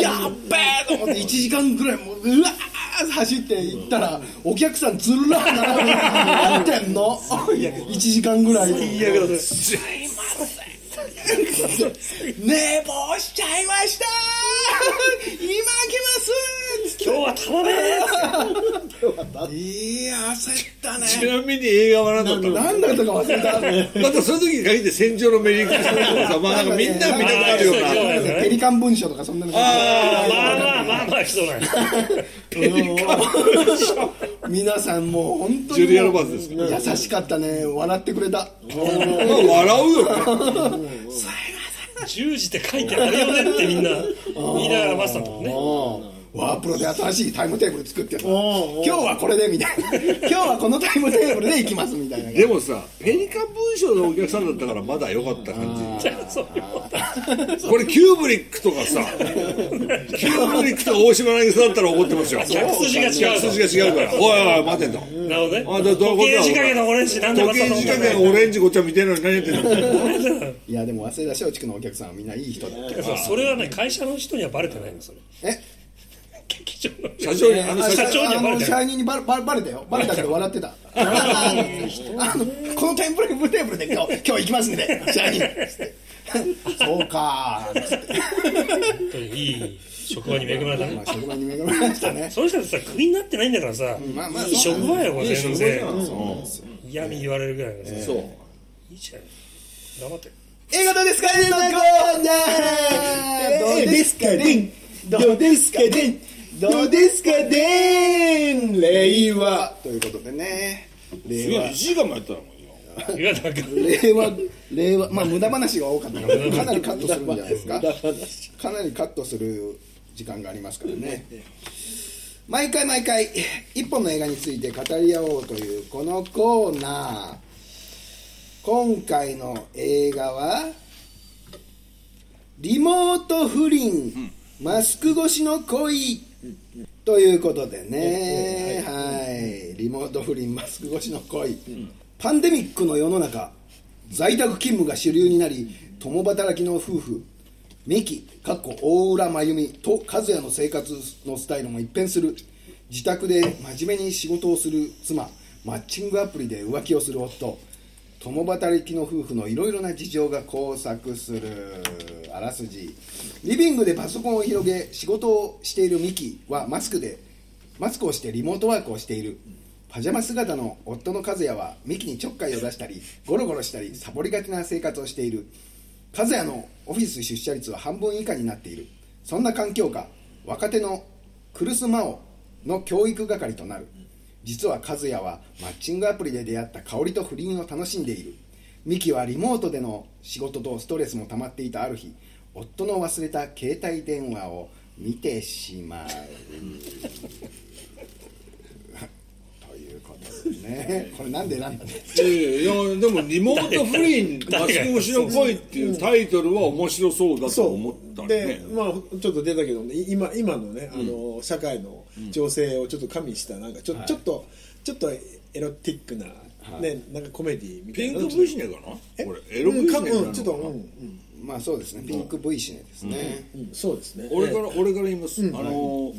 やっべえと思って1時間ぐらいもううわー走って行ったらお客さんずらー並んでやってんの1時間ぐらい
最悪だね
寝坊しちゃいました今来ます
今日は頼め
いや焦ったね
ちなみに映画は何だったのだ
何だったか忘れた
ってその時に限って戦場のメリークリスマスとかさ、まあ、なんかみんな見たくなるような
あーそうそう
ペリカン文書とかそんなの
まあまあまあまあ来そうだね
皆さんもう本当
ジ
に
ュリア・ロバーツですか
優しかったね笑ってくれた
まあ笑うよね
10時って書いてあるよねってみんな言いながら待ってたんだもんね
ワープロで新しいタイムテーブル作ってた今日はこれでみたいな今日はこのタイムテーブルで行きますみたいな
でもさペリカ文章のお客さんだったからまだ良かった感じ
そういうこと
これキューブリックとかさキューブリックとか大島渚だったら怒ってますよ
客筋が違う
客筋が違うからおいおい待てと
なるほどね
あだどういうこと
時計仕掛けのオレンジなんで
時
待っ
計
たの
仕掛けのオレンジごっちゃ見てるのに何やってんの
いやでも早稲田松竹のお客さんはみんないい人だった
そうそれはね会社の人にはバレてないのそれ
え
劇場の
社長にあの
あ
社長
長にはバレてる
あの社員にバレバレバレたよバレたけど笑ってたあのこのテンプレテーブルで今日今日行きますんで社員つってそうかーつって
本当にいい職場に恵まれた
ま
ね
あ職場に恵まれましたね
その人たちさクビになってないんだからさ
まあまあ
いい職場よこれ
いい職場じゃん
嫌に言われるぐらいだからさ
そう
いいじゃん頑張って
映画どうですか映画どうですかねどうですかねどうですかね令和ということでね
い
令
や1
和
時間もやったの
いやなんか
令和令和まあ無駄話が多かったからかなりカットするんじゃないですかかなりカットする時間がありますからね毎回毎回一本の映画について語り合おうというこのコーナー今回の映画は「リモート不倫、マスク越しの恋」ということでね、はい、リモート不倫、マスク越しの恋、パンデミックの世の中、在宅勤務が主流になり、共働きの夫婦、ミキ、かっこ大浦真由美と和也の生活のスタイルも一変する、自宅で真面目に仕事をする妻、マッチングアプリで浮気をする夫、共働きの夫婦のいろいろな事情が交錯するあらすじリビングでパソコンを広げ仕事をしているミキはマスクでマスクをしてリモートワークをしているパジャマ姿の夫の和也はミキにちょっかいを出したりゴロゴロしたりサボりがちな生活をしている和也のオフィス出社率は半分以下になっているそんな環境下若手のクルス・マオの教育係となる実は和也はマッチングアプリで出会った香織と不倫を楽しんでいるミキはリモートでの仕事とストレスも溜まっていたある日夫の忘れた携帯電話を見てしまう ということですねこれなんで選んだんですか
いやいやでも「リモート不倫マスク越しの恋」っていうタイトルは面白そうだと思ったね
でまあちょっと出たけどね今今のねあの社会の情勢をちょっと加味したなんかちょちょっとちょっとエロティックなねなんかコメディみた
ピ
い
ン
な
ク V シネかなこれエロ V シネ
うん
じ
か
ゃない
うんち
の
ょっと
かな
うんうん
まあそうですねピンク V シネですね、
うんそうですね
俺から俺から言います、あのー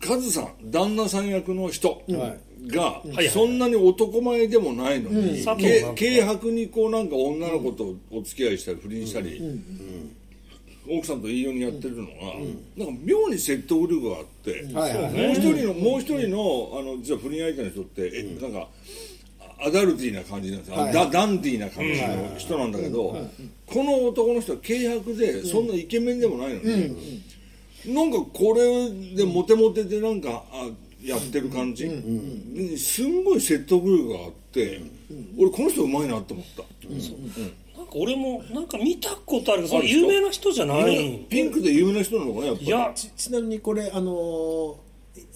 カズさん旦那さん役の人が、
い
そんなに男前でもないのに、
うん
け軽薄にこうなんか女の子とお付き合いしたり不倫したり、奥さんといいようにやってるのが、なんか妙に説得力があって、
はいはい
もう一人の、もう一人のあの実は不倫相手の人って、えなんかアダルティーな感じなんですよ、あのダダンディーな感じの人なんだけど、この男の人は軽薄でそんなイケメンでもないのに、なんかこれでモテモテでなんかあやってる感じ、すんごい説得力があって、俺この人うまいなと思った、
なんか俺もなんか見たことあるけどそれ有名な人じゃない
ピンクで有名な人なのかなやっぱり
いや
ちちなみにこれあのー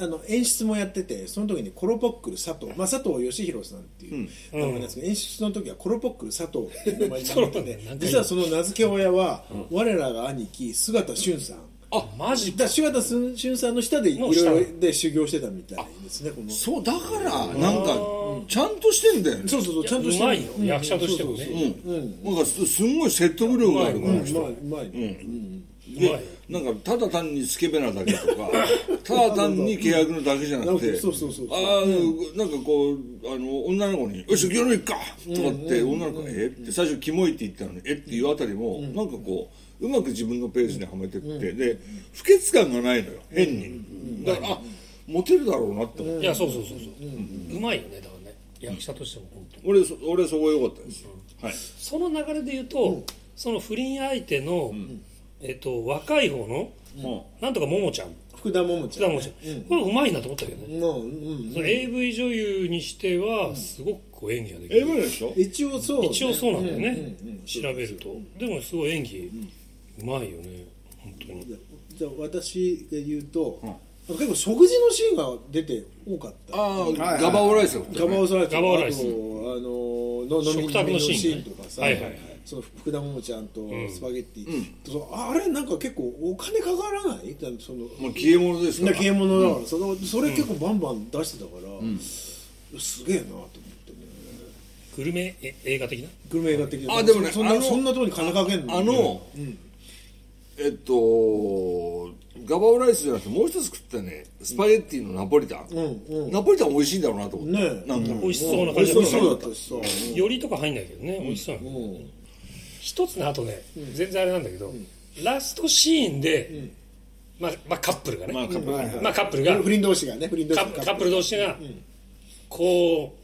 あの演出もやっててその時にコロポックル佐藤、まあ、佐藤義弘さんっていう名前なんですけど、演出の時はコロポックル佐 藤っていう名前になってて実はその名付け親は、我らが兄貴姿俊さん
あマジ
だから柴田俊俊さんの下でいろいろで修行してたみたいですねこのそ
そうだからなんかちゃんとしてんだよね
うそうそうちゃんと
う
して
ま
る
いよ役者としてもね
うんなんかすすんごい説得力があるから
うんうまいうまい、
うまい
なんかただ単にスケベなだけと かただ単に契約のだけじゃなくて
そうそうそうそう
あーなんかこうあの女の子に「よし牛乳いっか!」とかって女の子が「えっ?」て最初キモいって言ったのに「えっ?」ていうあたりもなんかこううまく自分のペースにはめてってで不潔感がないのよ変にだからあモテるだろうなって思って
いやそうそうそうそううまいよねだからね役者としても本当に
俺そ俺そこ良かったですはい
その流れで言うとその不倫相手のえっと若い方のなんとかももちゃん
福田桃ちゃ
福田
ん
ももちゃんこれうまいなと思ったけどね
のうん
その AV 女優にしてはすごくこう演技ができ
英
る
語でしょ
一応そう、ね、
一応そうなんだよ
うん
ね調べるとでもすごい演技うまいよね本当に
じゃあ私が言うと、結構食事のシーンが出て多かった
あ
は
あ
い
ガバオライスだった
ガバオサライスとか
ガバオライス
あとあのの飲み
食卓のシーン
飲みとかさ、
はいはいはい
その福田桃ちゃんとスパゲッティ、そうあれなんか結構お金かからないだその
もう消え物ですから
消え物だから、そのそれ結構バンバン出してたから、すげえなと思ってね
グルメえ映画的な
グルメ映画的な
あでもね
そん
あ
な
の
そんなとこに金かけんの
あの、えっとガバオライスじゃなくてもう一つ食ったねスパゲッティのナポリタン、
うんうん
ナポリタン美味しいんだろうなと思って、
ねえ
なんか、
美味しそうな
美
感
味
じ
し
った
そうだったしさ、
よりとか入んないけどね美味しそうなの
うん
一つのあとね全然あれなんだけどラストシーンでまあまあカップルがね
まあカップル
まあカップルが
不倫同士がね不倫同士
カ
が
ップカップル同士がこ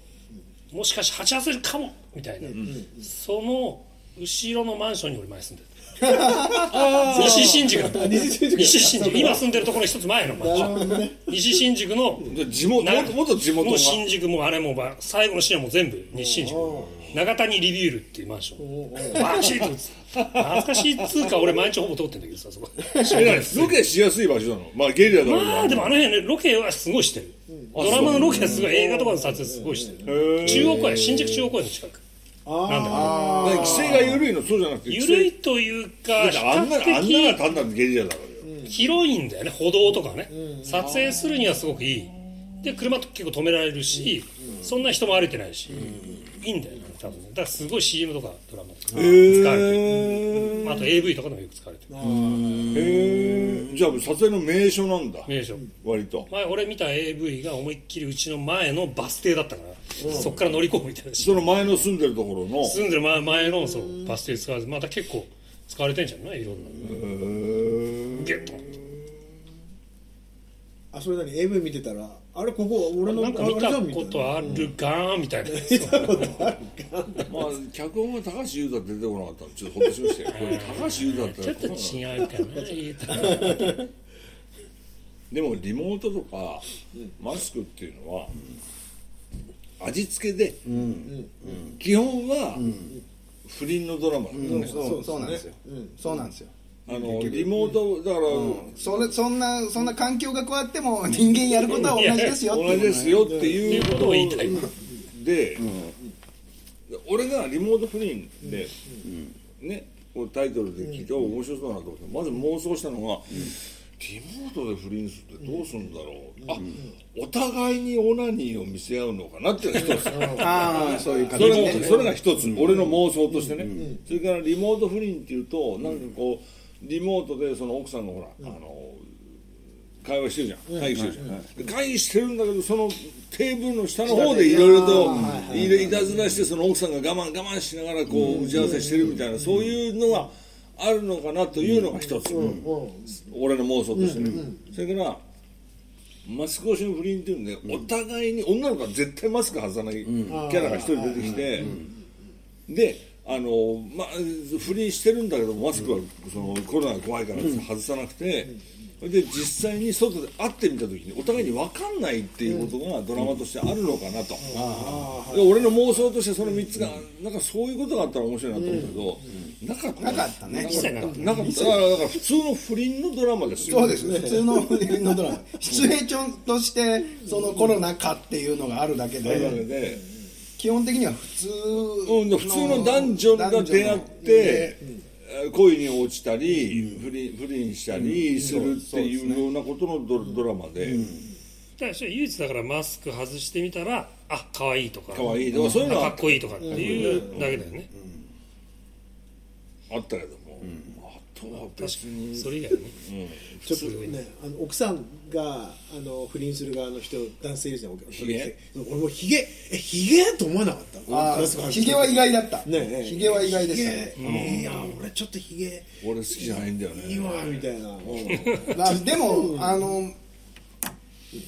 うもしかして鉢合わせるかもみたいなその後ろのマンションに俺前住んでる西新宿の
西新宿だ
西新宿今住んでるところの一つ前のマンシ
なるほど
ョン
ね
西新宿の
で地元
な
元元地元
も
が
う新宿もうあれもうば最後のシーンはもう全部西新宿長谷リビュールっていうマンションバシッと映って懐かしいっつうか俺毎日ほぼ通ってんだけどさそこ
ロケしやすい場所なのまあゲリラだろう
まあでもあの辺ねロケはすごいしてる、ドラマのロケはすごい映画とかの撮影すごいしてる、中央公園新宿中央公園の近くなんだよね
規制が緩いのそうじゃなくて規制
緩いというか
だっ
比
てあんなあん
較
なが
的
単なるゲリラだろうよ、
広いんだよね歩道とかね、撮影するにはすごくいいで車と結構止められるし、そんな人も歩いてないし、いいんだよね多分ねだからすごい CM とかドラマとか使われてるあと AV とかでもよく使われてる
へえじゃあ撮影の名所なんだ
名所
割と
前俺見た AV が思いっきりうちの前のバス停だったから、そっから乗り込むみたいな
その前の住んでるところの
住んでる前前のそうバス停使わずまた結構使われてんじゃないいろんなのゲット
あそれ何 AV 見てたらあれここ俺の
なんか見
あれじ
た
ゃんみい
こ
な
とあるがーみたいな
まあ脚本は高橋優太出てこなかったんでちょっとほっとしましたよこれ高橋優太だった
ち
ら
ょっ
こ
と
んなの
違うかな言うと
でもリモートとかマスクっていうのは味付けで基本は不倫のドラマだよね
そうそうなんですよそうなんですよ
あのリモートだから
それそんなそんな環境が加わっても人間やることは同じですよっていう
同じですよって
って
い
いうう
こ
こと
と
を言い たい
で俺がリモート不倫でねこうタイトルで聞いてお面白そうだなと思ってまず妄想したのがリモートで不倫するってどうするんだろうあお互いにオナニーを見せ合うのかなっていうのが一つ
ああそういう形
それ
で
もそれが一つ、俺の妄想としてね、それからリモート不倫っていうとなんかこうリモートでその奥さんがほら、あの会話してるじゃん会議してるじゃん、で会議してるんだけどそのテーブルの下の方でいろいろといろいたずらしてその奥さんが我慢我慢しながらこう打ち合わせしてるみたいな、そういうのがあるのかなというのが一つ、俺の妄想としてね、それからマスク越しの不倫っていうんで、お互いに女の子は絶対マスク外さないキャラが一人出てきて、であの、ま、不倫してるんだけどマスクはそのコロナが怖いから外さなくて、で実際に外で会ってみた時にお互いに分かんないっていうことがドラマとしてあるのかなと、で俺の妄想としてその3つが、なんかそういうことがあったら面白いなと思うけど、なかった
なかったね
一切なかった
なかっただからだから普通の不倫のドラマですよ
そうですね普通の不倫のドラマシチュエーションとしてそのコロナ禍っていうのがあるだけ
というわけ
で
で、
基本的には普通
うん、普通の男女が出会って、恋に落ちたり、不倫不倫したりするっていうようなことのドドラマで、
だから唯一だからマスク外してみたらあ可愛いとか
可愛いとかそういうのは
かっこいいとかっていうだけだよね、
あったけども、あとは別
確かに
に
それ以外はね
ちょっとね、あの奥さんがあの不倫する側の人、男性いるじゃん、ひ
げ
俺もひげ、え、ひげと思わなかった。
あ
マスク外
あ
して
ひげは意外だった
ねえ
ひげは意外でしたね
ひげいや、俺ちょっとひげ
俺好きじゃないんだよね
いいわみたいな。
まあでもあの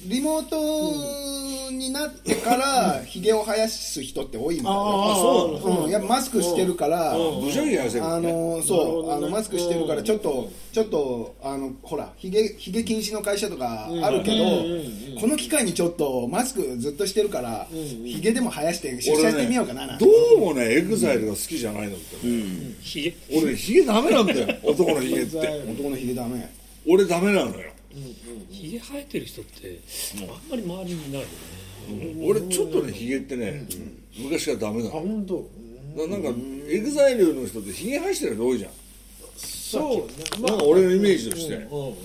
リモートになってからひげを生やす人って多いみたい
あ
な
ー
そうなの
うん、やっぱマスクしてるから、
無条件に合わせる
あ
ね
のそう、あのマスクしてるからちょっと、ちょっとあのほらひげひげ禁止の会社とかあるけど、この機会にちょっとマスクずっとしてるから、ひげでも生やして出社してみようかななんて
どうもねエグザイルが好きじゃないのって、
ひげ
俺ヒゲダメなんだ よ男のヒゲって
男のひげダメ
俺ダメなのよ、
ひげ生えてる人ってあんまり周りにいないよね
俺ちょっとねヒゲってね、昔からダメな
あ、
の
本当。
だなんかエグザイルの人ってヒゲ生やしてる人多いじゃん、
そう、
なんか俺のイメージとして、
うんうんうん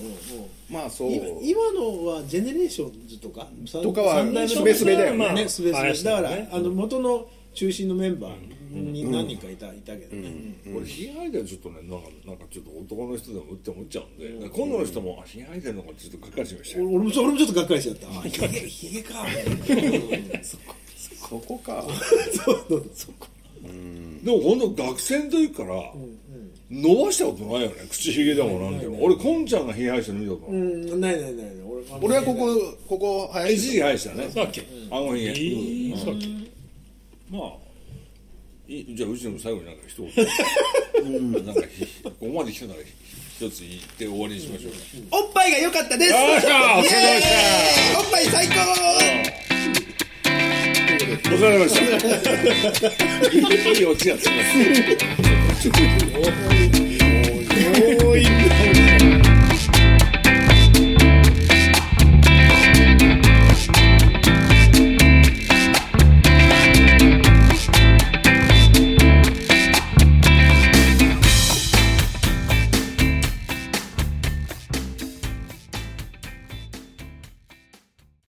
まあそう
今今のはジェネレーションズとかさ
とかは
三代目
すべすべだよね
まあねすべすべ
林と
だ
か
か
ね
らあの元の中心のメンバーに何人かいたいたけどね
俺ひげ生えてるちょっとねなんかなんかちょっと男の人でも打って思っちゃうんで、今度の人もあひげ生えてるのかちょっとがっかりしました
俺
よ
俺もちょ俺もちょっとがっかりしちゃった あひげひげか
そこか
でも本当学生の時から伸ばしたことないよね口ひげでもなんでも俺こんちゃんがひげ生やしてるの見たこと
う
ない、
んないないないない俺
俺はここここ生や
一
し
時期生やしたね
そうだっけ
あのひげ、
えーそうだっけ
まあいいじゃあうちでも最後になんか一言、 なんかひここまで来たなら一つ言って終わりにしましょうか、
おっぱいが良かったです
よっしゃお疲れ様でした
イ
お疲れ様で
エーイおっぱい最高
した。いいオチやってます。